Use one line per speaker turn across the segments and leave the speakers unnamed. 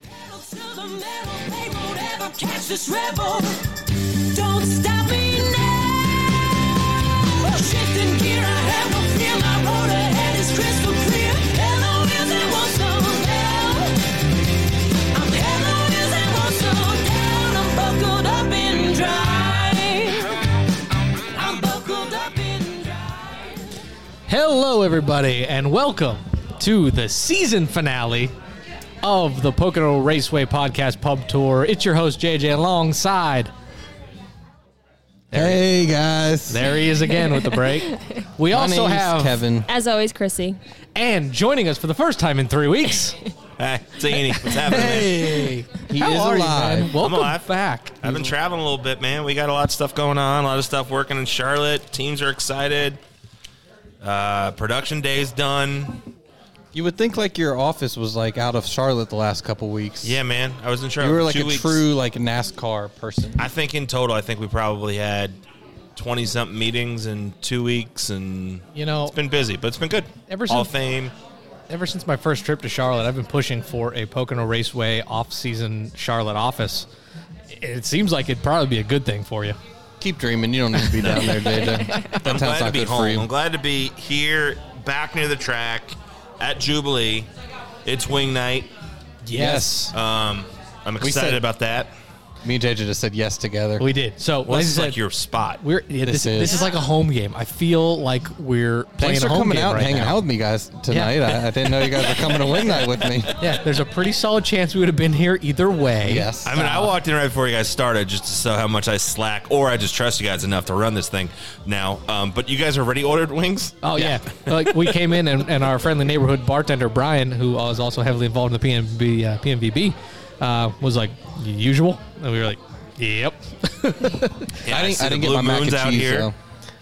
to the metal, they won't ever catch this rebel. Don't stop me now. Shifting gear, I have no fear. My road ahead is crystal clear. Hello, is it won't slow down. I'm hello, is it won't slow down. I'm buckled up in drive. I'm buckled up in drive.
Hello, everybody, and welcome to the season finale of the Pocono Raceway Podcast Pub Tour. It's your host, JJ, alongside.
Hey guys.
There he is again with the break. We
My
also
name's
have
Kevin.
As always, Chrissy.
and joining us for the first time in three weeks.
Hey, it's Andy. What's happening? man?
Hey, he
How
is
are
alive.
you, man? Welcome
alive.
back.
I've been traveling a little bit, man. We got a lot of stuff going on, a lot of stuff working in Charlotte. Teams are excited. Uh, production day's done.
You would think like your office was like out of Charlotte the last couple weeks.
Yeah, man. I was in Charlotte.
you were
for
like
two
a
weeks.
true like NASCAR person.
I think in total, I think we probably had twenty something meetings in two weeks, and
You know-
it's been busy, but it's been good.
Ever
Hall
since-
of Fame.
Ever since my first trip to Charlotte, I've been pushing for a Pocono Raceway off-season Charlotte office. It seems like it'd probably be a good thing for you.
Keep dreaming. You don't need to be down there, JJ. That
I'm
town's
glad to
not
be
good
home.
for you.
I'm glad to be here, back near the track, at Jubilee. It's wing night.
Yes.
Um, I'm
We said-
excited about that.
Me and JJ just said yes together.
We did. So,
Well,
like I
this is
said-
like your spot.
We're yeah, this,
This
this is.
is.
like a home game. I feel like we're playing
Thanks
a
for
home
coming
game
out
right
and hanging
now.
out with me guys tonight. I, I didn't know you guys were coming to wing night with me.
Yeah, there's a pretty solid chance we would have been here either way.
Yes.
I mean, I walked in right before you guys started just to show how much I slack, or I just trust you guys enough to run this thing now. Um, but you guys already ordered wings?
Oh yeah, like we came in and, and our friendly neighborhood bartender Brian, who was also heavily involved in the PMB uh, PMVB, uh, was like usual, and we were like, "Yep."
Yeah,
I didn't,
see
I
the
didn't get
Blue
my mac
Moons
and cheese though.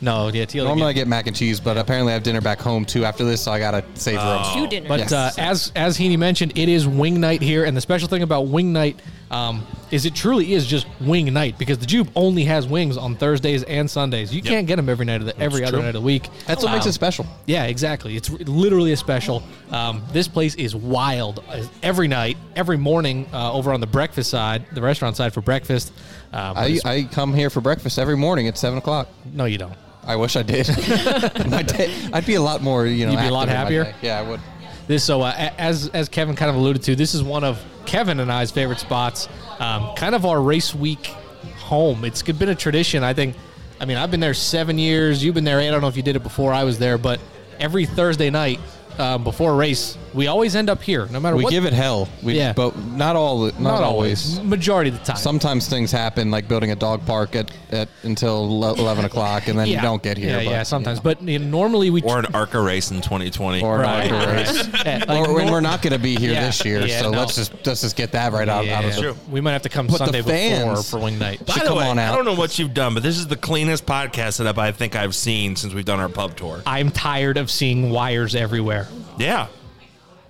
No, yeah, Teal.
Normally I get mac and cheese, but apparently I have dinner back home too after this, so I gotta save room.
Two dinners.
But
Yes.
uh, as as Heaney mentioned, it is wing night here, and the special thing about wing night um, is it truly is just wing night because the Jupe only has wings on Thursdays and Sundays. You can't get them every night of the every other
true.
night of the week.
That's what makes
Um,
it special.
Yeah, exactly. It's r- literally a special. Um, this place is wild. Uh, Every night, every morning, uh, over on the breakfast side, the restaurant side for breakfast. Um,
I,
it's-
I come here for breakfast every morning at seven o'clock.
no, you don't.
I wish I did. my day, I'd be a lot more, you know.
You'd be a lot
active in
happier?
my day. Yeah, I would.
This so uh, a- as as Kevin kind of alluded to, this is one of Kevin and I's favorite spots. Um, kind of our race week home. It's been a tradition. I think. I mean, I've been there seven years. You've been there. eight. I don't know if you did it before I was there, but every Thursday night um, before a race, we always end up here, no matter
We
what.
give it hell. We,
Yeah.
but not all. Not, always.
Majority of the time.
Sometimes things happen, like building a dog park at, at until le- eleven o'clock, and then you don't get here.
Yeah,
but,
yeah. Sometimes, but you know, normally we.
Or an ARCA race in 2020.
Or
Right, right.
an outdoor race.
Yeah, like
or when
nor-
we're not going to be here
Yeah,
this year,
yeah,
so
no.
let's just let's just get that right out, out of
Yeah.
the.
True.
We might have to come
But the
Sunday before
fans-
for wing night.
By
So
the
come
way,
on
I
out.
don't know what you've done, but this is the cleanest podcast setup I think I've seen since we've done our pub tour.
Uh,
I'm tired of seeing wires everywhere.
Yeah.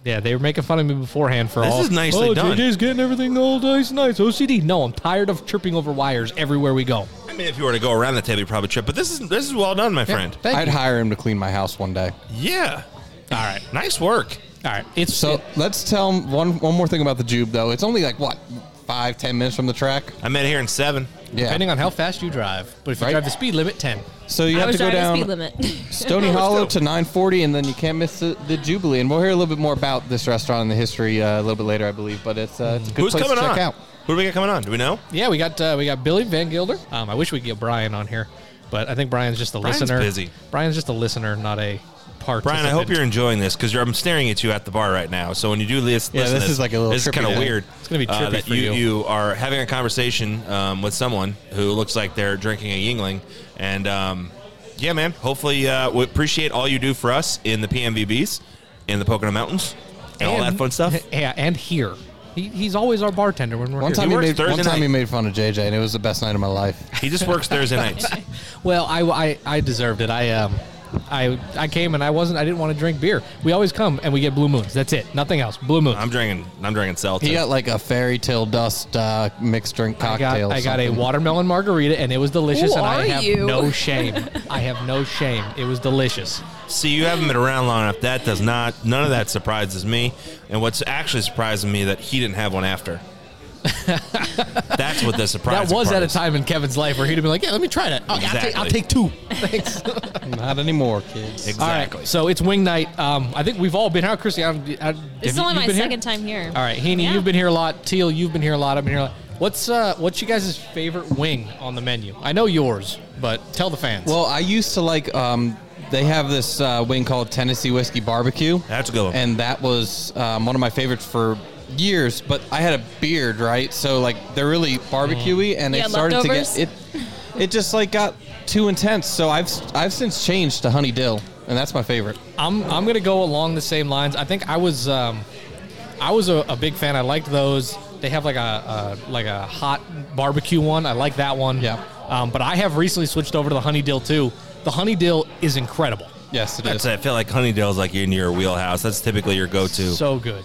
Yeah, they were making fun of me beforehand for
This
all.
is nicely
oh,
done."
JJ's getting everything all nice, nice. OCD. No, I'm tired of tripping over wires everywhere we go.
I mean, if you were to go around the table, you probably trip. But this is this is well done, my friend.
Thank
I'd
you.
hire him to clean my house one day.
Yeah. All right. Nice work.
All right, it's
So let's tell him one one more thing about the Jube though. It's only like what five ten minutes from the track.
I met here in seven.
Yeah.
depending on how fast you drive, but if you
Right.
drive the speed limit, ten.
so you
Oh, I
have
was
to go
driving
down
the speed limit.
Stony Hollow to 940, and then you can't miss the, the Jubilee. And we'll hear a little bit more about this restaurant and the history uh, a little bit later, I believe. But it's, uh, it's a good
Mm-hmm. Who's
place to
coming
check
on?
out.
Who do we got coming on? Do we know?
Yeah, we got uh, we got Billy Van Gilder. Um, I wish we could get Brian on here, but I think Brian's just a
Brian's
listener.
busy.
Brian's just a listener, not a part.
Brian, I hope you're enjoying this because I'm staring at you at the bar right now. So when you do lis- listen,
Yeah, this
to
is like a little
This is
trippy
kind of
now.
weird. uh,
It's gonna be trippy
that
for you.
you. are having a conversation um, with someone who looks like they're drinking a Yingling, and um, yeah, man. Hopefully, uh, we appreciate all you do for us in the PMVBs, in the Pocono Mountains, and, all that fun stuff.
Yeah, and here. He, he's always our bartender when we're
One
here.
time,
He
he
works
made, one
Thursday
time he
night.
made fun of JJ, and it was the best night of my life.
he just works Thursday nights.
Well, I, I, I deserved it. I um I I came and I wasn't I didn't want to drink beer. We always come and we get blue moons. That's it. Nothing else. Blue moons.
I'm drinking. I'm drinking seltzer.
He got like a fairy tale dust uh, mixed drink
I got,
cocktail.
I got a
something.
watermelon margarita and it was delicious
Who
and I
are
have
you?
no shame. I have no shame. It was delicious.
See, you haven't been around long enough. That does not. None of that surprises me. And what's actually surprising me that he didn't have one after. That's what the surprise
That was
part
at a
is.
time in Kevin's life where he'd have been like, "Yeah, let me try that. Oh, I'll, take, I'll
Exactly.
take two. Thanks."
Not anymore, kids.
All right, so it's wing night. Um, I think we've all been here, Christy. I'm, I,
This is only my second time here.
All right, Heaney,
Yeah.
you've been here a lot. Teal, you've been here a lot. I've been here a lot. What's uh, what's you guys' favorite wing on the menu? I know yours, but tell the fans.
Well, I used to like. Um, they have this uh, wing called Tennessee Whiskey Barbecue.
That's a good one.
And that was um, one of my favorites for years. But I had a beard, right? So like they're really barbecuey, and
Mm. Yeah,
it started
leftovers.
to get it. It just like got too intense. So I've I've since changed to honey dill, and that's my favorite.
I'm I'm gonna go along the same lines. I think I was um, I was a, a big fan. I liked those. They have like a, a like a hot barbecue one. I like that one.
Yeah.
Um, but I have recently switched over to the honey dill too. The honey dill is incredible.
Yes, it is.
That's it. I feel like Honeydale's like in your wheelhouse. That's typically your go-to.
So good.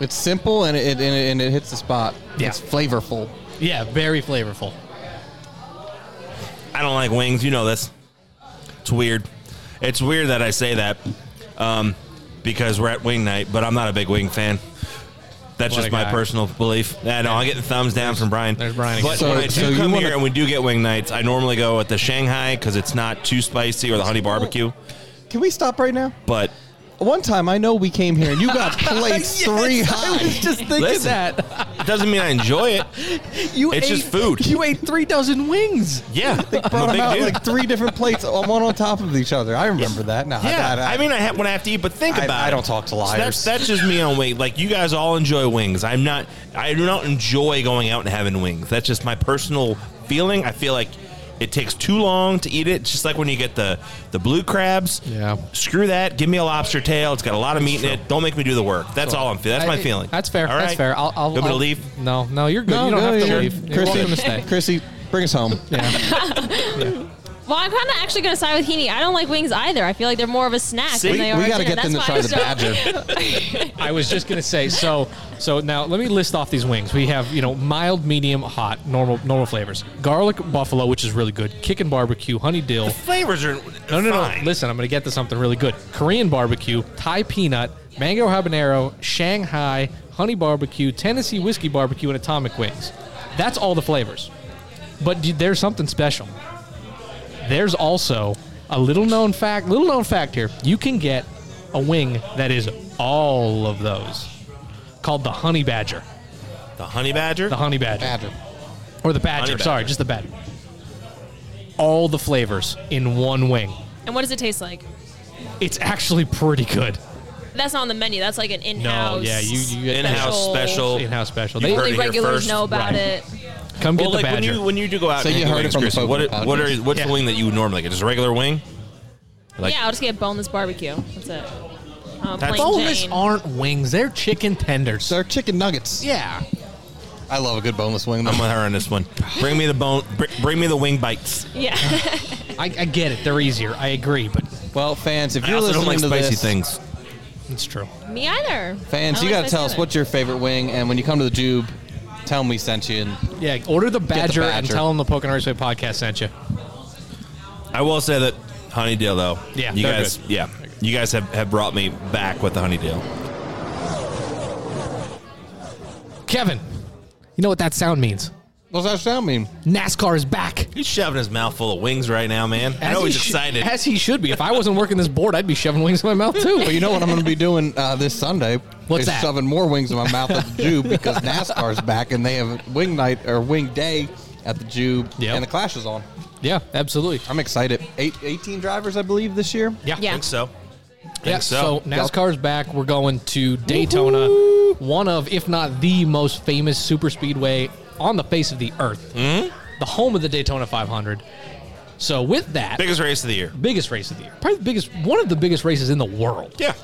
It's simple and it and it, and it hits the spot.
Yeah.
It's flavorful.
Yeah, very flavorful.
I don't like wings. You know this. It's weird. It's weird that I say that um, because we're at wing night, but I'm not a big wing fan. That's
What
just
a
my
guy.
personal belief. Nah, no, I get the thumbs down from Brian.
there's Brian again.
But
So-
when I do
so you
come
wanna-
here and we do get wing nights, I normally go at the Shanghai because it's not too spicy or the honey barbecue.
Can we stop right now?
But
One time, I know we came here and you got placed three high. I was just thinking
Listen.
that.
it doesn't mean I enjoy it.
You
It's just food.
You ate three dozen wings.
Yeah, I'm
Brought
a
them out
big dude.
like three different plates, uh, one on top of each other. I remember that. No,
Yeah,
I, I,
I, mean, I have when I have to eat, but think
I-
about it.
I don't talk to
So
liars.
that's, that's just me on wing. Like you guys all enjoy wings. I'm not. I do not enjoy going out and having wings. That's just my personal feeling. I feel like it takes too long to eat it. It's just like when you get the the blue crabs.
Yeah.
Screw that. Give me a lobster tail. It's got a lot of meat in it. Don't make me do the work. That's all I'm feeling. That's my
I-
feeling.
That's fair.
All
That's
right?
fair. I'll, I'll,
You want me
I'll-
to leave.
No, no, you're good. you don't have to leave. You're welcome to
Chrissy,
stay.
Chrissy, bring us home.
Yeah.
Well, I'm kind of actually going to side with Heaney. I don't like wings either. I feel like they're more of a snack
See?
than they
We-
are.
we
got
gotta get them to try the badger.
I was just gonna say. So, so now let me list off these wings. We have you know mild, medium, hot, normal, normal flavors. Garlic buffalo, which is really good. Kickin' barbecue, honey dill.
Flavors are
No, no, no.
fine.
Listen, I'm gonna get to something really good. Korean barbecue, Thai peanut, mango habanero, Shanghai honey barbecue, Tennessee whiskey barbecue, and atomic wings. That's all the flavors. But d- there's something special. There's also a little known fact. Little known fact here. You can get a wing that is all of those, called the honey badger.
The honey badger.
The honey badger.
Badger.
Or the badger.
Honey badger.
Sorry, just the badger. All the flavors in one wing.
And what does it taste like?
It's actually pretty good.
That's not on the menu. That's like an
No,
in-house.
yeah, you you get
in-house
Special.
special.
in-house special.
You
They,
heard
Only
it here
regulars
first.
know about
Right.
it.
come get
Well,
the
like when
badger.
you when you do go out,
So
and
you
get
heard it
wings,
from the
Chris,
Pokemon
what,
podcast.
what are what's
Yeah.
the wing that you would normally get? Just a regular wing? Like-
yeah, I'll just get boneless barbecue. That's it. Um,
That's-
plain
boneless
Jane.
aren't wings; they're chicken tenders.
They're chicken nuggets.
yeah,
I love a good boneless wing.
I'm with her on this one. Bring me the bone. Br- bring me the wing bites.
Yeah.
I, I get it; they're easier. I agree, but
Well, fans, if
I
you're
also
listening
don't like
to
spicy
this,
things.
it's true.
Me either. I
fans,
don't
you got
like
to
spicy
tell us
either.
what's your favorite wing, and when you come to the Jube, tell them we sent you. And
Yeah, order the badger, and
badger.
tell them the Poke and Race Way podcast sent you.
I will say that honey deal though.
Yeah,
you
they're
guys.
good.
Yeah, you guys have, have brought me back with the honey deal.
Kevin, you know what that sound means?
what does that sound mean?
NASCAR is back.
He's shoving his mouth full of wings right now, man. I know
he
he's
sh-
excited.
as he should be. If I wasn't working this board, I'd be shoving wings in my mouth too.
But you know what I'm going to be doing uh, this Sunday?
What's
is
that?
Shoving more wings in my mouth at the Jube because NASCAR's back and they have wing night or wing day at the Jube
Yep.
and the Clash is on.
yeah, absolutely.
I'm excited. Eight, 18 drivers, I believe, this year.
Yeah,
Yeah.
think so.
Yeah,
Think so.
so. NASCAR's back. We're going to Daytona, one of, if not the most famous super speedway on the face of the earth,
Hmm?
the home of the Daytona 500. So with that,
Biggest race of the year.
biggest race of the year, probably the biggest, one of the biggest races in the world. Um,
Yeah,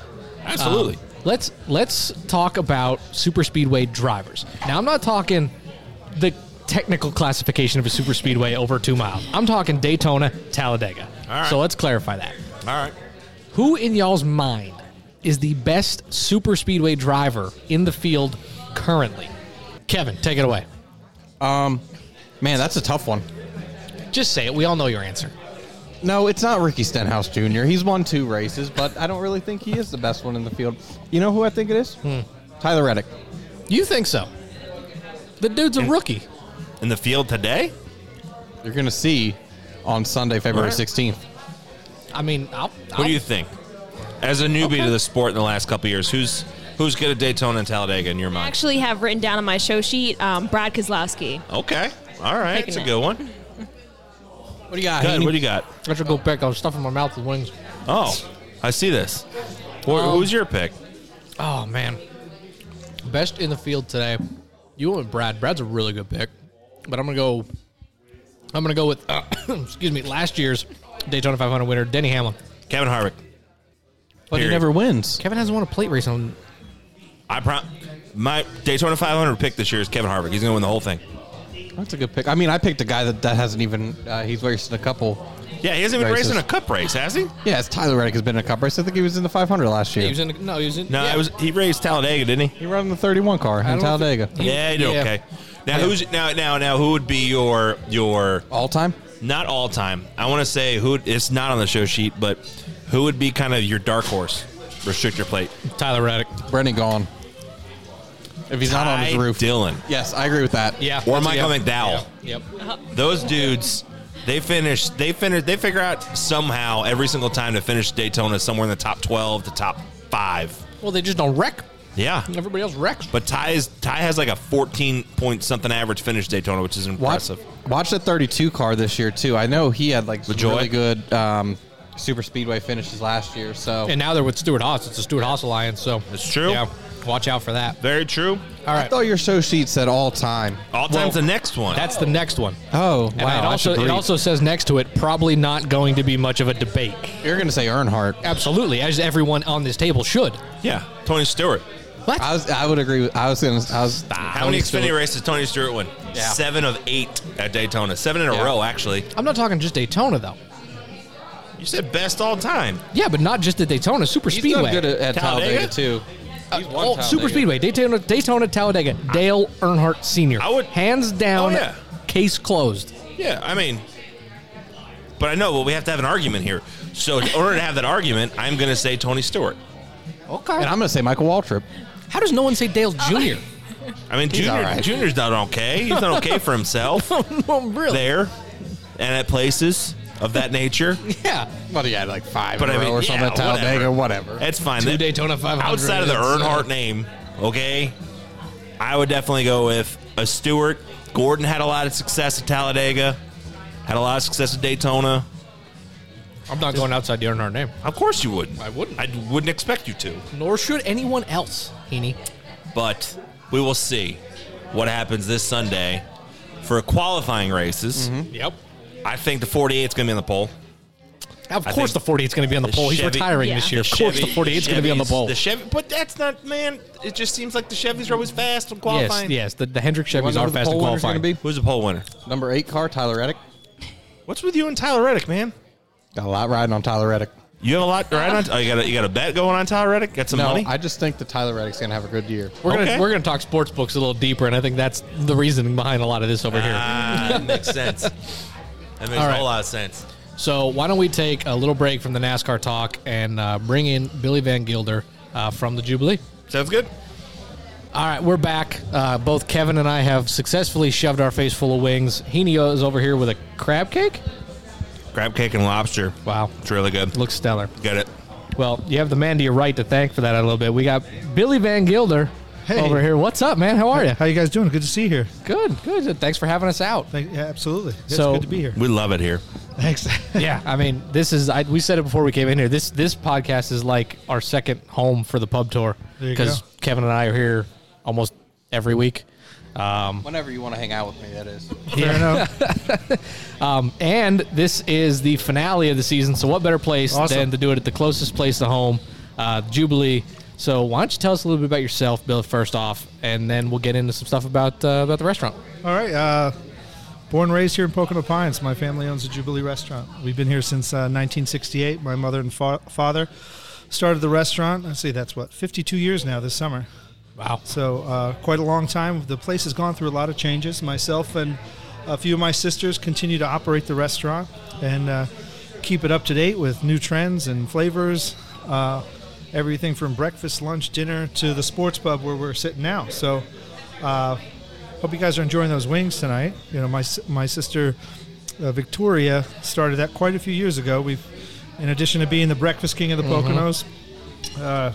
absolutely.
Let's let's talk about super speedway drivers. Now I'm not talking the technical classification of a super speedway over two miles. I'm talking Daytona, Talladega.
All right.
So let's clarify that.
All right.
Who in y'all's mind is the best super speedway driver in the field currently? Kevin, take it away.
Man, that's a tough one.
Just say it. We all know your answer.
No, it's not Ricky Stenhouse Jr. He's won two races, but I don't really think he is the best
Hmm.
one in the field. You know who I think it is? Tyler Reddick.
You think so? The dude's a rookie.
in the field today.
You're gonna see on Sunday, February
All right.
16th.
I mean, I'll,
What do you think? As a newbie
Okay.
to the sport in the last couple of years, who's who's good at Daytona and Talladega in your
I
mind?
actually have written down on my show sheet um, Brad Kozlowski.
okay, all right,
Taking
it's a
it.
good one.
What do you got?
Good. What do you got?
I should go pick. I was stuffing my mouth with wings.
Oh, I see this. Wh- who's your pick?
Oh man, best in the field today. You went with Brad. Brad's a really good pick, but I'm gonna go. I'm gonna go with excuse me, last year's Daytona 500 winner Denny Hamlin.
Kevin Harvick.
but he
Period.
never wins.
Kevin hasn't won a plate race on.
I prom- my Daytona 500 pick this year is Kevin Harvick. He's going to win the whole thing.
That's a good pick. I mean, I picked a guy that, that hasn't even uh, he's raced in a couple.
Yeah, he hasn't even raced
Races.
in a cup race, has he?
Yeah, it's Tyler Reddick has been in a cup race. I think he was in the 500 last year.
He was in. No, he was in.
No,
yeah.
it was he raced Talladega, didn't he?
He ran the 31 car
I
in
don't
Talladega.
think-
Yeah, he did
Yeah.
okay. Now who's now now now who would be your your
All time?
not all time? I want to say who it's not on the show sheet, but who would be kind of your dark horse restrictor plate?
Tyler Reddick.
Brendan gone. If he's not on his
Ty
roof.
Dillon
Yes, I agree with that.
Yeah.
or
that's-
Michael
yeah.
McDowell.
Yep.
Those dudes, they finish. They finish. They figure out somehow every single time to finish Daytona somewhere in the top twelve to top five.
Well, they just don't wreck.
Yeah,
Everybody else wrecks.
But Ty is Ty has like a 14 point something average finish Daytona, which is
Watch,
impressive.
watch the 32 car this year, too. I know he had like some
LaJoy?
really good um, super speedway finishes last year. So
and now they're with Stuart Haas. It's a Stuart Haas alliance. So
It's true.
Yeah. Watch out for that.
Very true.
All
I
right.
thought your show sheet said all time.
All time's the next one.
That's the next one.
Oh,
And
wow.
it also it also says next to it, probably not going to be much of a debate.
You're going to say Earnhardt.
Absolutely, as everyone on this table should.
yeah. Tony Stewart.
I was I would agree with I was going to I was
How many
Ah, Stewart.
Xfinity races did Tony Stewart win?
Yeah.
Seven of eight at Daytona. Seven in a
Yeah.
row, actually.
I'm not talking just Daytona though.
You said best all time.
Yeah, but not just at Daytona Super
He's done
Speedway.
good at, at
Talladega?
Talladega? too. He's won
oh, Super
Talladega.
Speedway, Daytona, Daytona, Talladega, Dale Earnhardt Sr.
I would-
hands down,
Oh, yeah.
case closed.
Yeah, I mean, but I know, but we have to have an argument here. So in order to have that argument, I'm going to say Tony Stewart.
Okay.
And I'm going to say Michael Waltrip.
How does no one say Dale Jr.?
I mean, Junior,
all right.
Junior's not okay. He's not okay for himself
well, really?
there and at places of that nature.
Yeah.
Well, he had like five
But
in
I
a
mean,
row or something
yeah,
at Talladega, whatever.
That's fine.
Two
That-
Daytona 500.
outside of the
It's,
Earnhardt
uh,
name, okay, I would definitely go with a Stewart. Gordon had a lot of success at Talladega, had a lot of success at Daytona.
I'm not going outside the Earnhardt name.
Of course you wouldn't.
I wouldn't.
I wouldn't expect you to.
Nor should anyone else, Heaney.
But we will see what happens this Sunday for qualifying races.
Yep.
I think the 48 is going to be on the pole.
Of
I
course, the
think
48's going to be on the
the
pole. He's
Chevy-
retiring
Yeah.
this year. Of course, the
Chevy-
48's going to be on the
Chevys-
pole.
The Chevy, but that's not man. It just seems like the Chevys are always fast on
yes,
qualifying.
yes. The, the Hendrick
Wanna
Chevys
know
are
who the
fast and
pole winner's gonna
qualifying.
Who's the pole winner?
be? Number eight car, Tyler Reddick.
What's with you and Tyler Reddick, man?
Got a lot riding on Tyler Reddick.
You have a lot right on. Oh, you got a, you got a bet going on Tyler Reddick. Got some
No,
money.
I just think that Tyler Reddick's gonna have a good year.
We're gonna
Okay.
we're gonna talk sports books a little deeper, and I think that's the reasoning behind a lot of this over
Ah, that makes sense. That makes
All
a
right.
whole lot of sense.
here. So why don't we take a little break from the NASCAR talk and uh, bring in Billy Van Gilder uh, from the Jubilee.
Sounds good.
All right, we're back. Uh, both Kevin and I have successfully shoved our face full of wings. Henio is over here with a crab cake.
Crab cake and lobster.
Wow,
It's really good.
looks stellar.
Get it.
Well, you have the man to your right to thank for that a little bit. We got Billy Van Gilder
Hey.
over here. What's up, man? How are you?
How you guys doing? Good to see you here.
Good, good. Thanks for having us out.
Thank, yeah, absolutely. It's
So-
good to be here.
We love it here.
Thanks.
yeah, I mean, this is I, we said it before we came in here. This this podcast is like our second home for the pub tour
There you
because
go.
Kevin and I are here almost every week.
Whenever you want to hang out with me, that is.
Fair enough.
And this is the finale of the season, so what better place
Awesome.
than to do it at the closest place to home, uh, Jubilee. So why don't you tell us a little bit about yourself, Bill, first off, and then we'll get into some stuff about uh, about the restaurant.
All right. Uh, born and raised here in Pocono Pines. My family owns a Jubilee restaurant. We've been here since uh, 1968. My mother and fa- father started the restaurant. I see that's what 52 years now this summer.
Wow.
So uh, quite a long time. The place has gone through a lot of changes. Myself and a few of my sisters continue to operate the restaurant and uh, keep it up to date with new trends and flavors. Uh, everything from breakfast, lunch, dinner to the sports pub where we're sitting now. So uh, hope you guys are enjoying those wings tonight. You know, my s- my sister uh, Victoria started that quite a few years ago. We've, in addition to being the breakfast king of the
Mm-hmm.
Poconos, uh,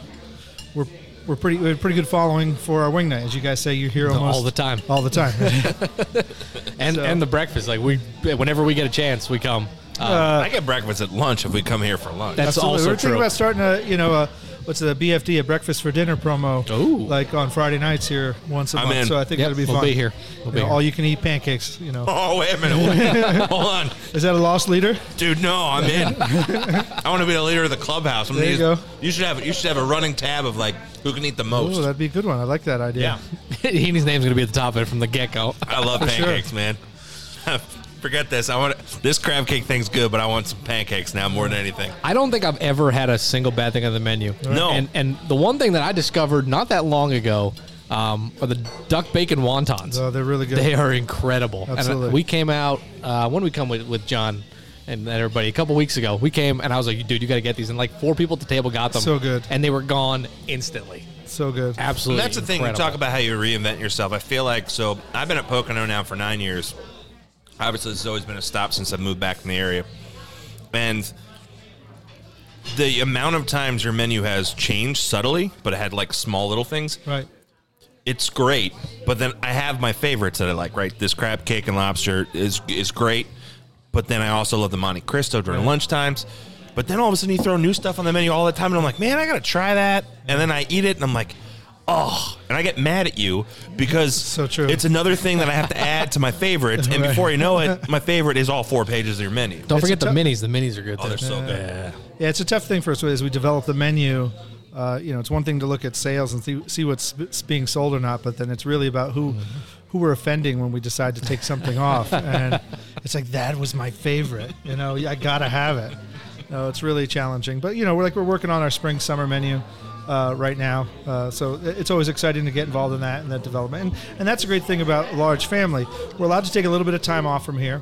we're we're pretty we have a pretty good following for our wing night. As you guys say, you're here almost
all the time.
All the time.
and
So-
and the breakfast. Like we, whenever we get a chance, we come. Uh,
I get breakfast at lunch if we come here for lunch.
That's
Absolutely.
also
We're thinking
true.
about starting a you know a, what's the BFD a breakfast for dinner promo
Ooh.
like on Friday nights here once a
I'm
month.
in.
So I think
Yep,
that'll be
we'll
fun.
be here. We'll
You
be
know,
here.
All you can eat pancakes. You know,
Oh wait a minute! Wait. Hold on,
is that a lost leader?
dude. No, I'm in. I want to be the leader of the clubhouse. I'm gonna
There you
use-
go.
You should have. You should have a running tab of like who can eat the
Oh,
most.
that'd be a good one. I like that idea.
yeah,
Heaney's name's gonna be at the top of it from the get go.
I love pancakes, man. Forget this. I want this crab cake thing's good, but I want some pancakes now more than anything.
I don't think I've ever had a single bad thing on the menu.
No.
and and the one thing that I discovered not that long ago um, are the duck bacon wontons.
Oh, they're really good.
They are incredible.
Absolutely.
And uh, we came out uh, when we come with, with John and then everybody a couple weeks ago. We came and I was like, dude, you got to get these. And like four people at the table got them.
So good.
And they were gone instantly.
So good.
Absolutely.
That's the thing. We
incredible.
talk about how you reinvent yourself. I feel like so. I've been at Pocono now for nine years. Obviously, this has always been a stop since I moved back in the area, and the amount of times your menu has changed subtly, but it had like small little things.
Right.
It's great, but then I have my favorites that I like. Right, this crab cake and lobster is is great, but then I also love the Monte Cristo during lunch times. But then all of a sudden you throw new stuff on the menu all the time, and I'm like, man, I gotta try that. And then I eat it, and I'm like, oh, and I get mad at you because
So true.
it's another thing that I have to add to my favorites, and before you know it, my favorite is all four pages of your menu.
Don't
It's
forget
a
the
tou-
minis. The minis are good.
Oh, they're so good.
Yeah, it's a tough thing for us as we develop the menu. Uh, you know, it's one thing to look at sales and see, see what's it's being sold or not, but then it's really about who who we're offending when we decide to take something off. And it's like that was my favorite. You know, I gotta have it. No, it's really challenging, but you know, we're like we're working on our spring summer menu uh, right now, uh, so it's always exciting to get involved in that and that development. And, and that's a great thing about a large family. We're allowed to take a little bit of time off from here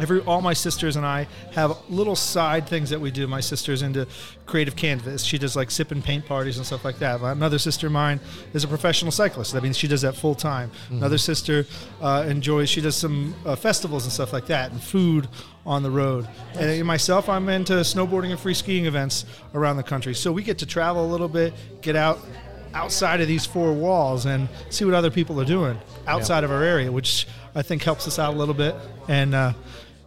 every all my sisters and I have little side things that we do. My sister's into creative canvas. She does like sip and paint parties and stuff like that. My- Another sister of mine is a professional cyclist. That means she does that full time. Another sister uh, enjoys. She does some uh, festivals and stuff like that and food on the road. And then myself, I'm into snowboarding and free skiing events around the country. So we get to travel a little bit, get out outside of these four walls and see what other people are doing outside of our area which i think helps us out a little bit and uh,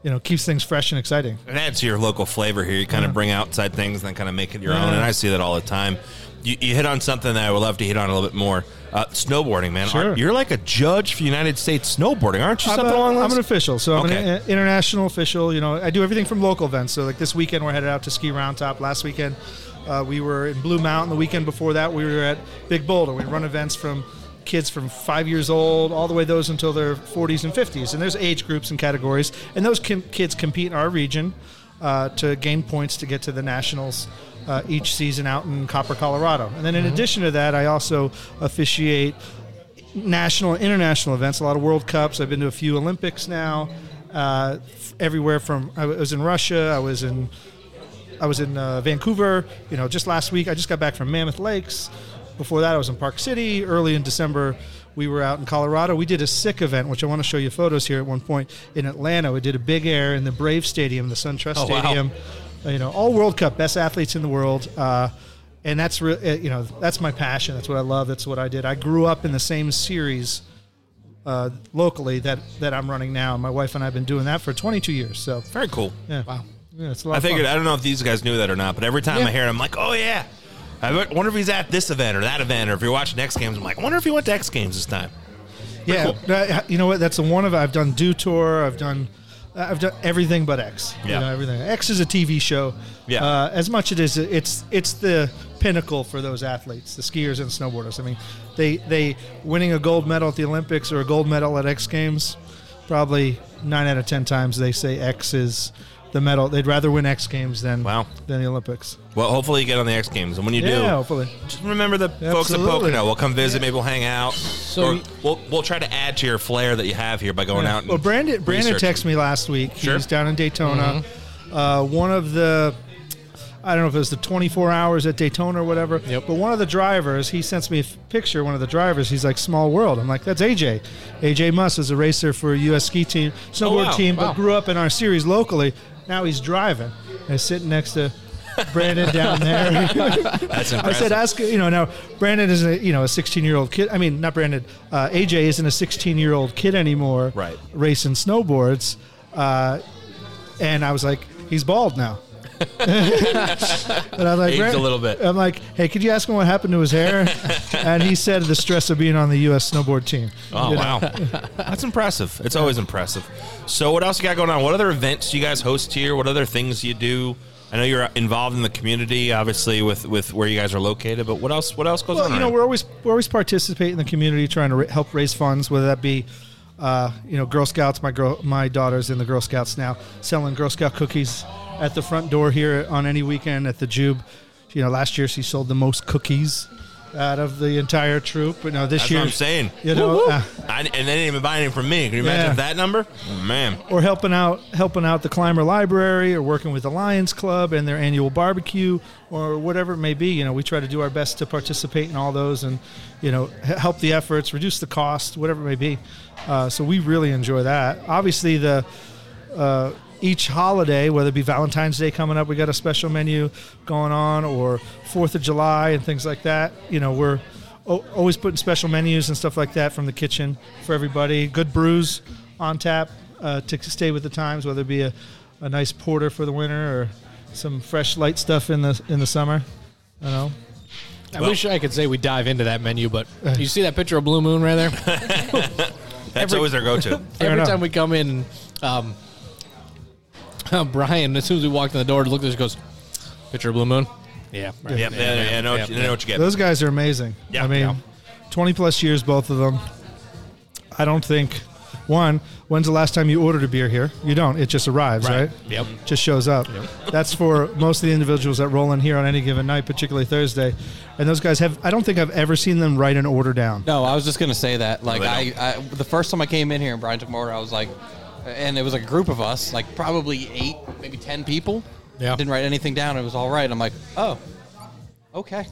you know keeps things fresh and exciting.
It adds to your local flavor here. You kind of bring outside things and then kind of make it your own. And I see that all the time. You, you hit on something that I would love to hit on a little bit more. Uh, snowboarding, man.
Sure.
Aren't- You're like a judge for United States snowboarding, aren't you?
I'm,
something
a-
along those
I'm an official, so I'm
Okay.
an i- international official. You know, I do everything from local events. So like this weekend, we're headed out to ski Round Top. Last weekend, uh, we were in Blue Mountain. The weekend before that, we were at Big Boulder. We run events from kids from five years old all the way those until their 40s and 50s. And there's age groups and categories, and those com- kids compete in our region. uh, to gain points to get to the nationals uh, each season out in Copper, Colorado. And then in addition to that, I also officiate national and international events, a lot of World Cups. I've been to a few Olympics now. Uh, f- everywhere from I was in Russia, I was in I was in uh, Vancouver. You know, just last week I just got back from Mammoth Lakes. Before that, I was in Park City. Early in December, we were out in Colorado. We did a sick event, which I want to show you photos here at one point in Atlanta. We did a big air in the Brave Stadium, the SunTrust
Oh, wow.
Stadium. You know, all World Cup, best athletes in the world. Uh, and that's re- uh, you know that's my passion. That's what I love. That's what I did. I grew up in the same series uh, locally that that I'm running now. My wife and I have been doing that for 22 years. So
Very cool.
yeah, wow, yeah, it's a lot.
I
of fun.
figured, I don't know if these guys knew that or not, but every time I hear it, I'm like, oh, yeah. I wo- wonder if he's at this event or that event, or if you're watching X Games, I'm like, I wonder if he went to X Games this time.
Yeah, that- you know what? That's the one of I've done. Do tour. I've done. I've done everything but X. You
Yeah.
know, everything. X is a TV show.
Yeah.
Uh, as much it is, it's it's the pinnacle for those athletes, the skiers and snowboarders. I mean, they they winning a gold medal at the Olympics or a gold medal at X Games, probably nine out of ten times they say X is the medal. They'd rather win X Games than
Wow.
than the Olympics.
Well, hopefully you get on the X Games, and when you
yeah,
do,
hopefully.
just remember the folks at
Absolutely.
Pocono. We'll come visit, maybe we'll hang out, or
we-
we'll we'll try to add to your flair that you have here by going
Yeah.
out. And
Well, Brandon Brandon
researching. Mm-hmm.
texted me last week.
Sure.
He's down in Daytona. Uh, one of the I don't know if it was the 24 hours at Daytona or whatever.
Yep.
But one of the drivers, he sends me a f- picture. One of the drivers, he's like, "Small world." I'm like, "That's AJ." AJ Muss is a racer for a U.S. ski team, snowboard
Oh, wow.
team,
Wow.
but grew up in our series locally. Now he's driving and sitting next to Brandon down there.
That's
I
impressive.
said, ask you know now. Brandon is a you know a 16 year old kid. I mean, not Brandon. Uh, AJ isn't a 16 year old kid anymore.
Right.
Racing snowboards, uh, and I was like, he's bald now. and I was like,
Aged a
"Brand-"
little bit.
I'm like, hey, could you ask him what happened to his hair? and he said the stress of being on the U.S. snowboard team.
Oh
You know?
wow, that's impressive. It's always impressive. So, what else you got going on? What other events you guys host here? What other things you do? I know you're involved in the community, obviously, with, with where you guys are located. But what else? What else goes
Well,
on?
you know,
around?
we're always we're always participating in the community, trying to ra- help raise funds, whether that be, uh, you know, Girl Scouts. My girl, my daughter's in the Girl Scouts now, selling Girl Scout cookies at the front door here on any weekend at the Jube. You know, last year she sold the most cookies out of the entire troop. You know, this
that's
year,
what I'm saying.
you know, uh,
I, and they didn't even buy any from me. Can you imagine
Yeah.
if that number? Oh, Man,
or helping out helping out the climber library or working with the lions club and their annual barbecue or whatever it may be you know we try to do our best to participate in all those and you know h- help the efforts reduce the cost whatever it may be uh, so we really enjoy that obviously the uh, each holiday, whether it be Valentine's Day coming up, we got a special menu going on, or Fourth of July and things like that. You know, we're o- always putting special menus and stuff like that from the kitchen for everybody. Good brews on tap uh, to stay with the times, whether it be a, a nice porter for the winter or some fresh light stuff in the in the summer. You know,
I wish I could say we dive into that menu, but you see that picture of Blue Moon right there?
that's always their go-to.
Every
enough.
time we come in, um, Brian, as soon as we walked in the door, looked at us and goes, Picture of Blue Moon? Yeah. right.
yep, yeah, yeah, I know, what you- I know what you get.
those guys are amazing.
Yeah.
I mean,
Yeah.
twenty plus years, both of them. I don't think one. When's the last time you ordered a beer here? You don't. It just arrives, right?
Yep.
just shows up. That's for most of the individuals that roll in here on any given night, particularly Thursday. And those guys have, I don't think I've ever seen them write an order down.
No, I was just gonna say that. Like,
they
I,
don't.
I, the first time I came in here and Brian took my order, I was like, and it was like a group of us, like probably eight, maybe ten people.
Yeah.
Didn't write anything down. It was all right. I'm like, oh, okay.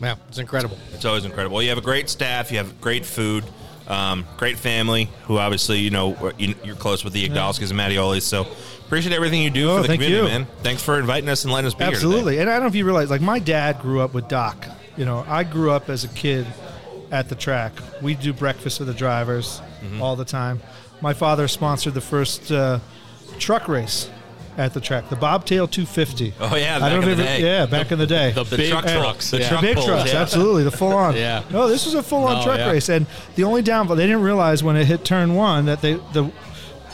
Yeah, it's incredible.
It's always incredible. You have a great staff. You have great food. Um, great family, who obviously you know you- you're close with the Igdalskis and Mattioli. So appreciate everything you do
Oh,
for the
thank
community,
you.
man. Thanks for inviting us and letting us be here.
Absolutely. And I don't know if you realize, like, my dad grew up with Doc. You know, I grew up as a kid at the track. We do breakfast with the drivers
Mm-hmm.
all the time. My father sponsored the first uh, truck race at the track, the Bobtail 250.
Oh, yeah,
I
back
don't
in
know
the
if you-
day.
Yeah, back in the day.
The truck
Yeah.
trucks, the
The,
truck
big
pulls,
trucks,
yeah.
absolutely. The full on.
Yeah.
No, this was a full on
No,
truck
yeah.
race. And the only downfall, they didn't realize when it hit turn one that they the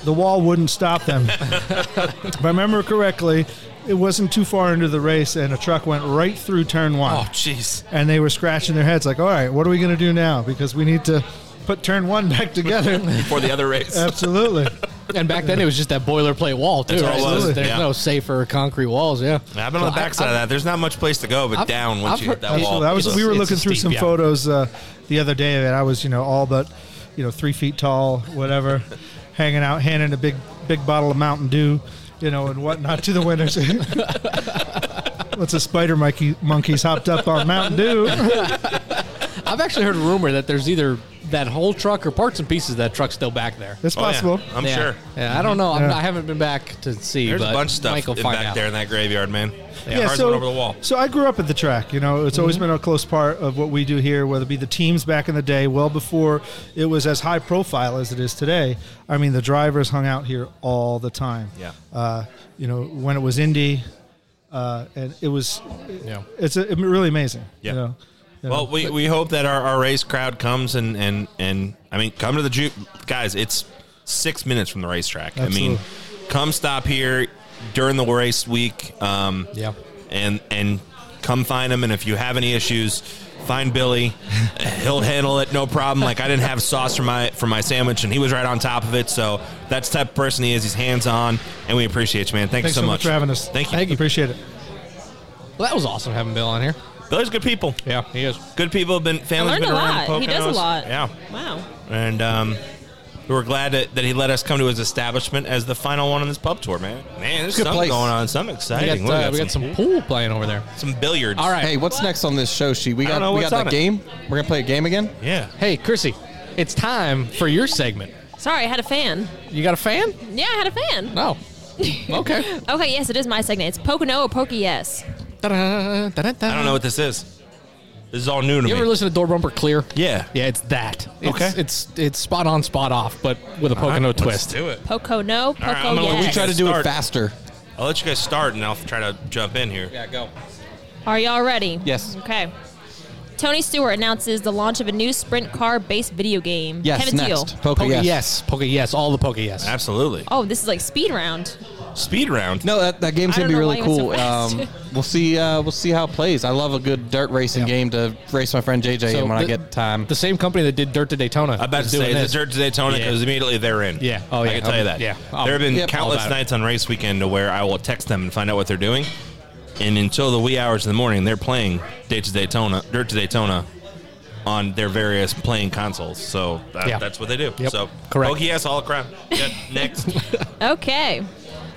the wall wouldn't stop them. if I remember correctly, it wasn't too far into the race, and a truck went right through turn one
Today. Oh, jeez.
and they were scratching their heads like, "All right, what are we going to do now? Because we need to put turn one back together."
For the other race.
Absolutely.
And back then, it was just that boilerplate wall, too.
That's all it
There's-
was,
There's
yeah.
no safer concrete walls, yeah.
I've been on the
So I-
backside of that. There's not much place to go but
I've-
down once
I've
you hit
heard-
that wall.
So that was
It's-
we were
it's
looking through
steep,
some
yeah.
photos uh, the other day, and I was you know all but you know three feet tall, whatever, hanging out, handing a big big bottle of Mountain Dew, you know, and whatnot to the winners. Once a spider monkey monkeys hopped up on Mountain Dew.
Oh,
I've actually heard a rumor that there's either that whole truck or parts and pieces of that truck still back there.
It's
Oh, yeah.
possible.
I'm
Yeah.
sure.
Yeah, I don't know. I'm-
Yeah.
I haven't been back to see.
There's
but
a bunch of stuff
Mike will
in
find
back
out.
there in that graveyard, man. Yeah, Cars
so,
went over the wall. Mm-hmm.
so I grew up at the track. You know, it's always been a close part of what we do here, whether it be the teams back in the day, well before it was as high profile as it is today. I mean, the drivers hung out here all the time.
Yeah.
Uh, you know, when it was Indy, uh, and it was,
Yeah.
it's a, it really amazing.
Yeah.
You know, you
Well,
know.
we, we hope that our, our race crowd comes and, and, and I mean, come to the Juke. Guys, it's six minutes from the racetrack. I mean,
Absolutely.
come stop here during the race week. Um,
Yeah.
And, and come find him. And if you have any issues, find Billy. He'll handle it no problem. Like, I didn't have sauce for my, for my sandwich, and he was right on top of it. So that's the type of person he is. He's hands on, and we appreciate you, man. Thank
thanks
you so,
much for having us.
Thank you.
Appreciate it.
Well, that was awesome having Bill on here.
Billy's good people.
Yeah, he is.
Good people have been,
I
family's
learned
been
a
around. the
lot. He does a
Poconos.
lot.
Yeah.
Wow.
And um, who are glad that, that he let us come to his establishment as the final one on this pub tour, man. Man, there's
Good
something
place.
going on. Something
We got,
exciting. Look,
uh, we got some pool playing over there.
some billiards.
All right.
Hey, what's next on this show sheet? We
don't know
got we
what's
got
on it.
that game. We're gonna play a game again.
Yeah.
Hey, Chrissy, it's time for your segment.
Sorry, I had a fan.
You got a fan?
Yeah, I had a fan.
No. Okay.
Okay, yes, it is my segment. It's Poke No or Poke Yes.
Da-da, da-da-da.
I don't know what this is. This is all new to
You
me.
ever listen to Door Bumper Clear?
Yeah.
Yeah, it's that. It's,
Okay.
It's it's spot on, spot off, but with a
All right,
Pocono
let's
twist.
do it.
Poco No, Poco
right, I'm gonna let
Yes.
you
We try to do
Start.
it faster.
I'll let you guys start, and I'll try to jump in here.
Yeah, go.
Are y'all ready?
Yes.
Okay. Tony Stewart announces the launch of a new sprint car based video game.
Yes,
Kevin
next.
Teal.
Poker,
Poke yes.
yes.
Poke yes. All the Poke yes.
Absolutely.
Oh, this is like speed round.
Speed round.
No, that, that game's
I
gonna be
don't know
really
why you
cool.
went so
um,
fast.
we'll see. Uh, we'll see how it plays. I love a good dirt racing game to race my friend JJ in when I
the-
get time.
The same company that did Dirt to Daytona.
I'm about to
is
say
doing
it's
this.
a dirt to Daytona
Yeah.
because immediately they're in.
Yeah. Oh, yeah.
I can tell you that.
Yeah.
there have been
Yep.
countless
All about it.
nights on race weekend to where I will text them and find out what they're doing, and until the wee hours in the morning, they're playing Dirt to Daytona, Dirt to Daytona, on their various playing consoles. So that,
Yeah.
that's what they do.
Yep.
So
Correct.
Oh yes, all crap. Yeah, next.
Okay.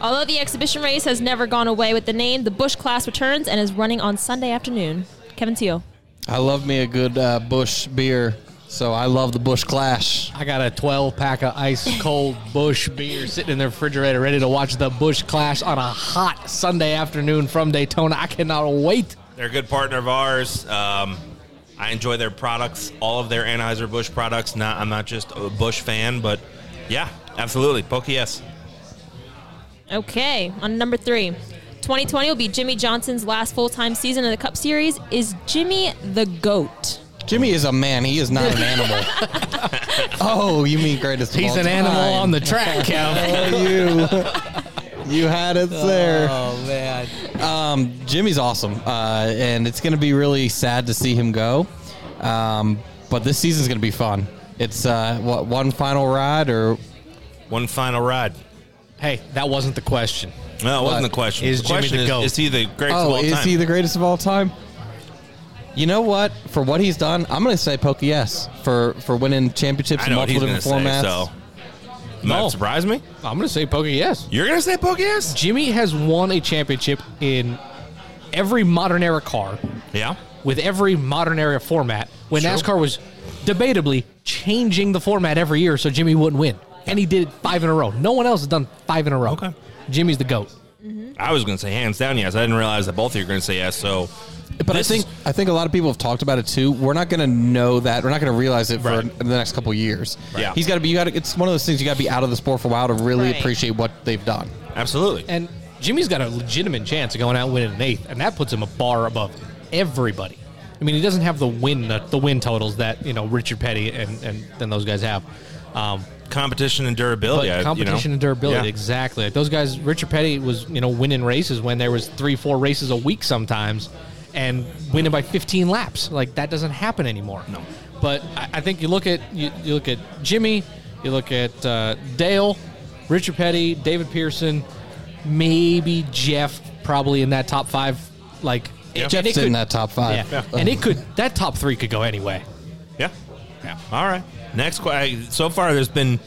Although the exhibition race has never gone away with the name, the Bush class returns and is running on Sunday afternoon. Kevin Teal.
I love me a good uh, Bush beer, so I love the Bush Clash.
I got a 12 pack of ice cold Bush beer sitting in the refrigerator, ready to watch the Bush Clash on a hot Sunday afternoon from Daytona. I cannot wait.
They're a good partner of ours. Um, I enjoy their products, all of their Anheuser Busch products. Not, I'm not just a Bush fan, but yeah, absolutely. Poke yes.
Okay. On number three. 2020 will be Jimmy Johnson's last full time season in the Cup Series. Is Jimmy the GOAT?
Jimmy is a man. He is not an animal. oh, you mean greatest? of
He's
all
an animal
time.
on the track, Kev.
Oh, you. You had it there.
oh, man.
Um, Jimmy's awesome, uh, and it's going to be really sad to see him go. Um, but this season's going to be fun. It's uh, what one final ride, or
One final ride.
Hey, that wasn't the question.
No, it wasn't
But
the question.
is
the
Jimmy
question
the
is,
GOAT?
is he the greatest of
oh,
all
is
time?
he the greatest of all time? You know what? For what he's done, I'm going to say Poke yes for for winning championships
I
in
know what he's
multiple
going to
different
say,
formats.
so. Might
No.
surprise me.
I'm going to say Poke yes.
You're going to say Poke yes?
Jimmy has won a championship in every modern era car
Yeah.
with every modern era format when
Sure.
NASCAR was debatably changing the format every year so Jimmy wouldn't win. And he did it five in a row. No one else has done five in a row.
Okay.
Jimmy's the GOAT.
I was going to say hands down yes. I didn't realize that both of you were going to say yes. So,
But
This
I think
is-
I think a lot of people have talked about it too. We're not going to know that. We're not going to realize it
Right.
for the next couple years.
Right. Yeah.
He's got to be. You got. to It's one of those things. You got to be out of the sport for a while to really
Right.
appreciate what they've done.
absolutely.
And Jimmy's got a legitimate chance of going out and winning an eighth, and that puts him a bar above everybody. I mean, he doesn't have the win the, the win totals that you know Richard Petty and and then those guys have. Um,
competition and
but
durability. I- you know.
competition and durability,
Yeah.
exactly. Like those guys, Richard Petty was you know winning races when there was three, four races a week sometimes, and winning by 15 laps. Like that doesn't happen anymore. No. But I, I think you look at you, you look at Jimmy, you look at uh, Dale, Richard Petty, David Pearson, maybe Jeff, probably in that top five. Like and
Jeff's
it
in
could-
that top five.
yeah. and it could that top three could go anyway.
Yeah. Yeah. All right. Next question. So far, there's been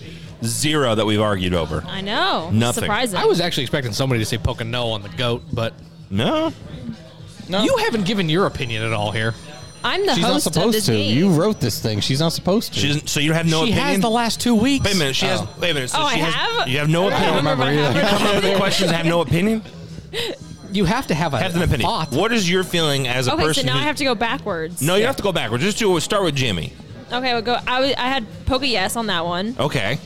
zero that we've argued over.
I know.
Nothing.
Surprising.
I was actually expecting somebody to say Pocono on the goat, but
No.
No.
You haven't given your opinion at all here.
I'm the
She's not
host of
supposed
this
to.
game.
You wrote this thing. She's not supposed to.
She doesn't, so you have no
she
opinion?
has the last two weeks.
wait a minute. She has. Wait a minute. So
oh, I
she has-
have.
You have no
I don't
opinion.
remember.
remember
what
either.
happened.
Other questions have no opinion?
You have to have a
Have an opinion.
thought.
What is your feeling as a
Okay,
person?
so now
who-
I have to go backwards.
No, you have to go backwards. Just do start with Jimmy.
Okay, we'll go. I, was, I had Poke Yes on that one.
Okay.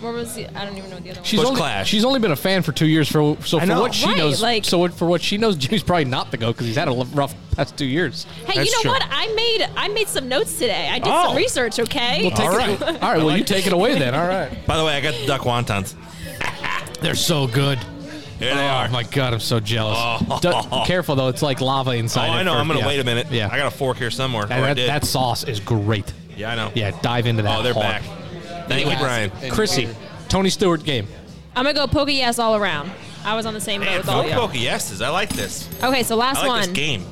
Where was the, I don't even know what the other
She's
Bush
only,
Clash.
She's only been a fan for two years. For so for
know.
what she
Right,
knows,
like-
so what- for what she knows, Jimmy's probably not the goat because he's had a l- rough past two years.
one. Hey, you
That's
know
true.
what? I made I made some notes today. I did
Oh.
some research. Okay.
take All right.
All right, well you take it away then. All right,
By the way, I got the duck wontons.
they're so good.
Here
oh
they are.
my god, I'm so jealous. Du- careful though, it's like lava
Oh,
inside.
I
at
know.
first,
I'm gonna
yeah.
wait a minute.
Yeah,
I got a fork here somewhere.
That-
or I
that,
did.
that sauce is great.
yeah, I know.
Yeah, dive into that.
Oh, they're
hard.
back. Thank you,
Yeah.
Brian.
And-
Chrissy, Tony Stewart game.
I'm gonna go Poke Yes all around. I was on the same boat
Man,
with all
fuck
of you.
Poke yeses. I like this.
Okay, so last
I like
one.
this game.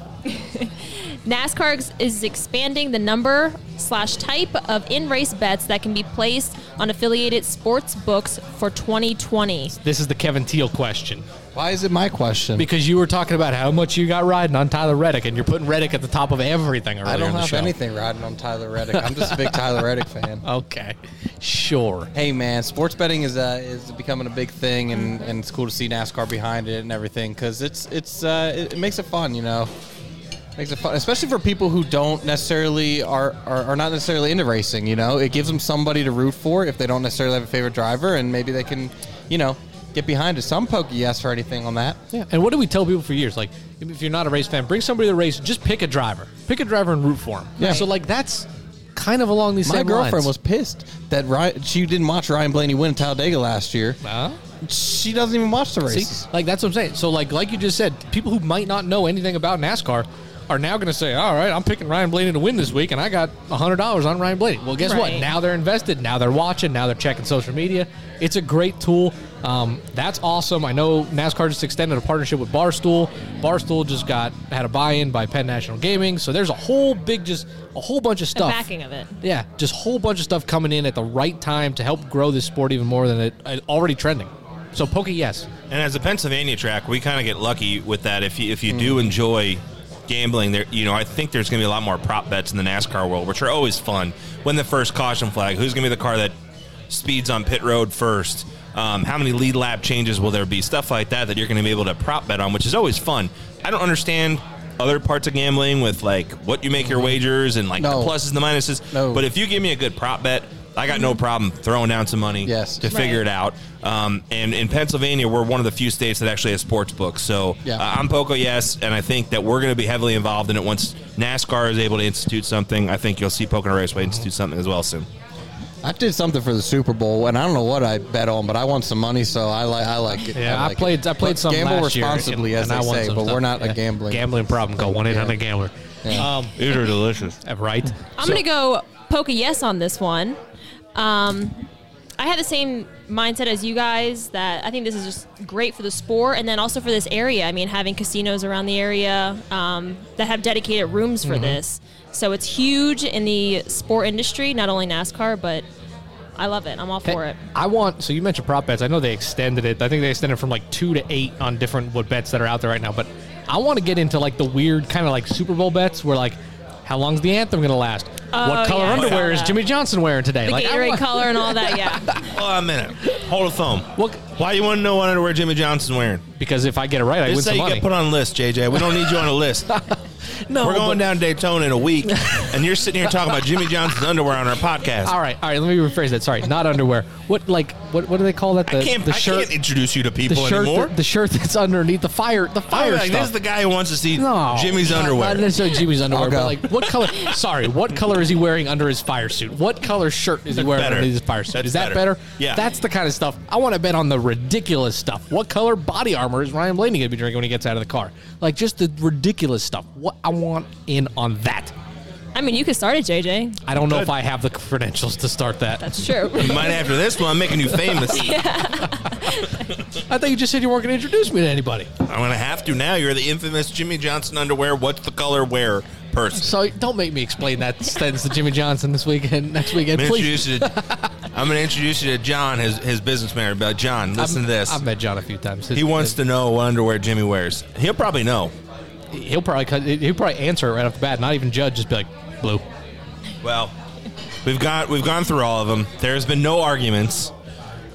NASCAR ex- is expanding the number slash type of in race bets that can be placed on affiliated sports books for 2020.
This is the Kevin Teal question
Why is it my question?
because you were talking about how much you got riding on Tyler Reddick, and you're putting Reddick at the top of everything. Earlier
I don't
in the
have
show.
anything riding on Tyler Reddick. I'm just a big Tyler Reddick fan.
Okay, sure.
Hey man, sports betting is uh, is becoming a big thing, and, and it's cool to see NASCAR behind it and everything because it's it's uh, it, it makes it fun, you know. Makes it fun, especially for people who don't necessarily are, are are not necessarily into racing. You know, it gives them somebody to root for if they don't necessarily have a favorite driver, and maybe they can, you know, get behind it. Some poke a yes for anything on that.
Yeah, and what do we tell people for years? Like, if you're not a race fan, bring somebody to the race. Just pick a driver, pick a driver, and root for him.
Yeah.
So like that's kind of along these.
My
same
girlfriend
lines.
was pissed that Ryan, she didn't watch Ryan Blaney win Talladega last year.
Huh?
She doesn't even watch the races.
See, like that's what I'm saying. So, like, like you just said, people who might not know anything about NASCAR are now going to say, "All right, I'm picking Ryan Blaney to win this week, and I got hundred dollars on Ryan Blaney." Well, guess what?
Right.
Now they're invested. Now they're watching. Now they're checking social media. It's a great tool. Um, that's awesome. I know NASCAR just extended a partnership with Barstool. Barstool just got had a buy-in by Penn National Gaming. So there's a whole big, just a whole bunch of
The
stuff.
backing of it.
Yeah, just whole bunch of stuff coming in at the right time to help grow this sport even more than it, it already trending. So, Pokey, yes.
And as a Pennsylvania track, we kind of get lucky with that. If you if you do enjoy gambling, there you know I think there's going to be a lot more prop bets in the NASCAR world, which are always fun. When the first caution flag, who's going to be the car that speeds on pit road first? Um, how many lead lap changes will there be? Stuff like that that you're going to be able to prop bet on, which is always fun. I don't understand other parts of gambling with like what you make your wagers and like
Mm-hmm. No.
the pluses and the minuses.
No. Mm-hmm.
But if you give me a good prop bet, I got no problem throwing down some money
Yes.
to figure
Right.
it it out. Um, and in Pennsylvania, we're one of the few states that actually has sports books. So
Yeah.
uh, I'm Poco, yes, and I think that we're going to be heavily involved in it once NASCAR is able to institute something. I think you'll see Pocono Raceway institute something as well soon.
I did something for the Super Bowl, and I don't know what I bet on, but I won some money, so I like I like it.
Yeah, I,
like
played.
it.
I played
But
some
gamble
last year,
responsibly,
and-
as
and I
they
won
say,
some
but
stuff.
we're not
Yeah.
a gambling.
gambling problem. Go one eight hundred gambler.
Yeah.
Um,
These are delicious.
right.
I'm
So-
going to go poke a yes on this one. Um, I had the same mindset as you guys that I think this is just great for the sport and then also for this area. I mean, having casinos around the area um, that have dedicated rooms for this. So it's huge in the sport industry, not only NASCAR, but I love it. I'm all for it.
I want. So you mentioned prop bets. I know they extended it. I think they extended from like two to eight on different what bets that are out there right now. But I want to get into like the weird kind of like Super Bowl bets where like. How long's the anthem going to last?
Oh,
what color
yeah, I
underwear
saw
is
that.
Jimmy Johnson wearing today?
The
like, I
Gatorade
want-
color and all that, yeah.
Hold on a minute. Hold a phone.
Well,
Why you want to know what underwear Jimmy Johnson's wearing?
because if I get it right, I
This
win
is how
some
you
money.
get put on a list, JJ. We don't need you on a list.
no,
We're
but-
going down Daytona in a week, and you're sitting here talking about Jimmy Johnson's underwear on our podcast.
All right, all right. Let me rephrase that. Sorry, not underwear. What like what? What do they call that? The,
I can't.
the
I
shirt.
can't introduce you to
the
people
shirt.
anymore.
The, the shirt that's underneath the fire. The
I'm
fire.
like,
stuff.
this is the guy who wants to see
No,
Jimmy's
No,
underwear.
Not necessarily Jimmy's underwear,
I'll
but
go.
like what color? sorry, what color is he wearing under his fire suit? What color shirt is he
That's
wearing
better.
under his fire suit?
That's
is that
better.
better.
Yeah.
that's the kind of stuff I want to bet on. The ridiculous stuff. What color body armor is Ryan Blaney going to be drinking when he gets out of the car? Like just the ridiculous stuff. What I want in on that.
I mean, you could start it, JJ.
I don't know if I have the credentials to start that.
That's true.
You might after this one, I'm making you famous.
I thought you just said you weren't going to introduce me to anybody.
I'm gonna have to now. You're the infamous Jimmy Johnson underwear. What's the color wear person?
So don't make me explain that sentence to Jimmy Johnson this weekend, next weekend,
I'm gonna
please.
introduce you to, I'm gonna introduce you to John, his his business manager. But John, listen to this.
I've met John a few times.
he wants to know what underwear Jimmy wears. He'll probably know.
He'll probably cut, he'll probably answer it right off the bat, not even judge, just be like blue.
Well, we've got we've gone through all of them. There's been no arguments.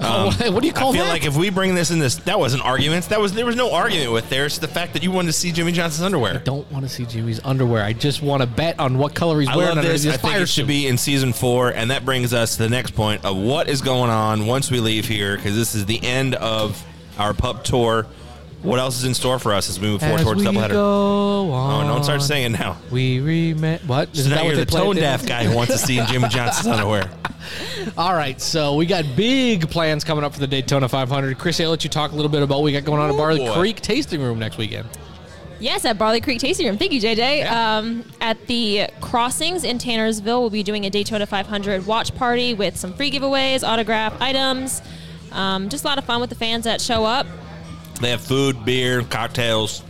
Oh, what do you call
Um, I feel
that?
like if we bring this in, this that wasn't arguments. That was there was no argument with there. It's the fact that you wanted to see Jimmy Johnson's underwear.
don't want to see Jimmy's underwear. I just want to bet on what color he's
I
wearing
love
under
this.
his
I think
fire
it should
suit.
be in season four, and that brings us to the next point of what is going on once we leave here, because this is the end of our pub tour. What else is in store for us as we move forward
As
towards
we
doubleheader?
go
oh,
on,
don't start singing now.
We remember what? Is
So now
that what
you're
they
the
play at
tone
dinner?
deaf guy who wants to see Jimmy Johnson's underwear.
All right, so we got big plans coming up for the Daytona 500. Chris, I'll let you talk a little bit about what we got going on at
Oh,
Barley
boy.
Creek Tasting Room next weekend.
Yes, at Barley Creek Tasting Room. Thank you, JJ.
Yeah.
Um, at the Crossings in Tannersville, we'll be doing a Daytona 500 watch party with some free giveaways, autograph items. Um, just a lot of fun with the fans that show up.
They have food, beer, cocktails.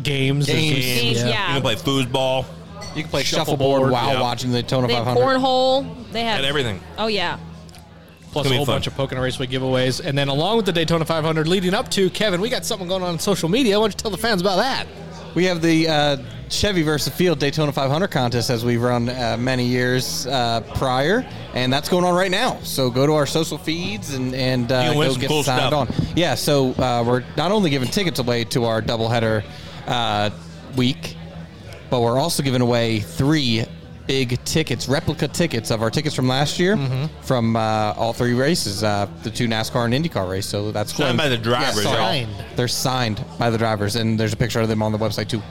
Games,
Games.
Games.
Yeah.
You can play foosball.
You can play
Shuffleboard,
shuffleboard, while
yeah.
watching the Daytona
They have
500.
cornhole. They have
Had everything.
Oh yeah.
plus
It's
a
gonna be
whole
fun.
bunch of Poke and Raceway giveaways. And then along with the Daytona 500 leading up to, Kevin, we got something going on in social media. Why don't you tell the fans about that?
We have the uh, Chevy versus Field Daytona 500 contest as we've run uh, many years uh, prior, and that's going on right now. So go to our social feeds and and
You
uh,
can win
go
some
get
cool
signed
stuff.
on. Yeah, so uh, we're not only giving tickets away to our doubleheader uh, week, but we're also giving away three big tickets, replica tickets of our tickets from last year
Mm-hmm.
from uh, all three races, uh, the two NASCAR and IndyCar race. So that's cool.
Signed by the
Yeah,
drivers,
sorry.
y'all.
Signed.
They're signed by the drivers, and there's a picture of them on the website too.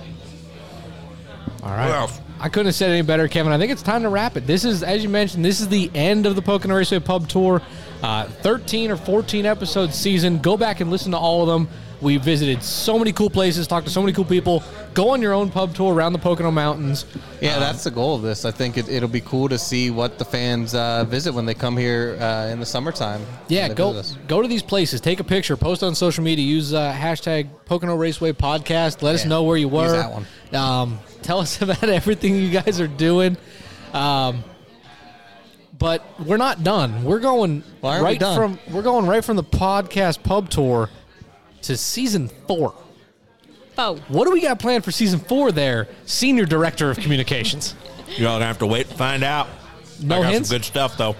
All right.
What else?
I couldn't have said it any better, Kevin. I think it's time to wrap it. This is, as you mentioned, this is the end of the Pocono Raceway Pub Tour, uh, 13 or 14 episode season. Go back and listen to all of them. We visited so many cool places, talked to so many cool people. Go on your own pub tour around the Pocono Mountains.
Yeah, that's the goal of this. I think it, it'll be cool to see what the fans uh, visit when they come here uh, in the summertime.
Yeah,
when they
go
visit us.
go to these places, take a picture, post on social media, use uh, hashtag Pocono Raceway Podcast. Let us
Yeah,
know where you
use
were.
that one.
Um, tell us about everything you guys are doing. Um, but we're not done. We're going
Why aren't we
right
done?
from we're going right from the podcast pub tour to season four.
Oh.
What do we got planned for season four? There, senior director of communications.
You're all gonna have to wait to find out.
No
I got
hints?
some good stuff though.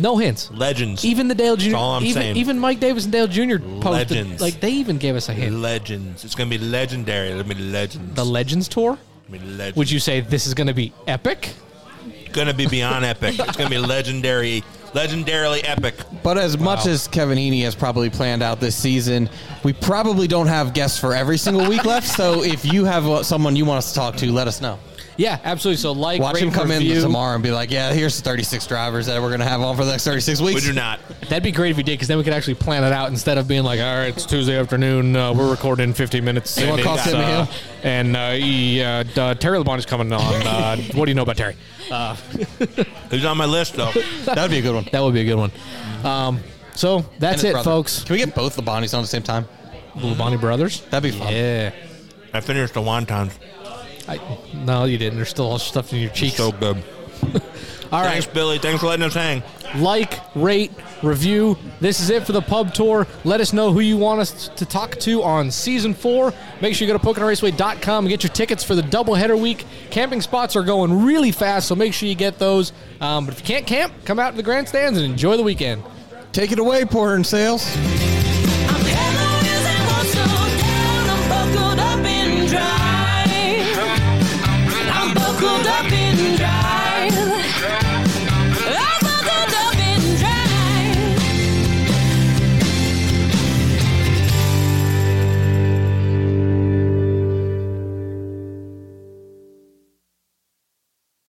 No hints.
Legends.
Even the Dale Jr.
That's all I'm
even,
saying.
even Mike Davis and Dale Jr. posted
Legends.
like they even gave us a hint.
legends. It's gonna be legendary. It'll be legends.
the Legends tour?
It'll be legends.
Would you say this is going to be epic?
gonna be beyond epic. It's gonna be legendary, legendarily epic.
But as much as Kevin Heaney has probably planned out this season, we probably don't have guests for every single week left. So if you have uh, someone you want us to talk to, let us know.
Yeah, absolutely. So like,
Watch
rate,
him come
review.
in tomorrow and be like, "Yeah, here's 36 drivers that we're gonna have on for the next 36 weeks."
Would you not?
That'd be great if you did, because then we could actually plan it out instead of being like, all right, it's Tuesday afternoon, uh, we're recording in 15 minutes.
wanna
and
call
it's,
Sam
uh,
Hill?
and uh, he, uh, d- uh, Terry LeBron is coming on. Uh, what do you know about Terry? Uh,
Who's on my list though?
That'd be a good one.
that would be a good one. Um, so
And
that's
his
it,
brother.
folks.
Can we get both the Bonnies on at the same time?
Bonnie Brothers.
That'd be fun.
Yeah.
I finished the wontons.
I, no, you didn't. There's still all stuffed in your cheeks.
So good.
all right.
Thanks, Billy. Thanks for letting us hang.
like, rate, review. This is it for the pub tour. Let us know who you want us to talk to on season four. Make sure you go to PoconoRaceway.com and get your tickets for the doubleheader week. Camping spots are going really fast, so make sure you get those. Um, but if you can't camp, come out to the grandstands and enjoy the weekend.
Take it away, Porter and Sales.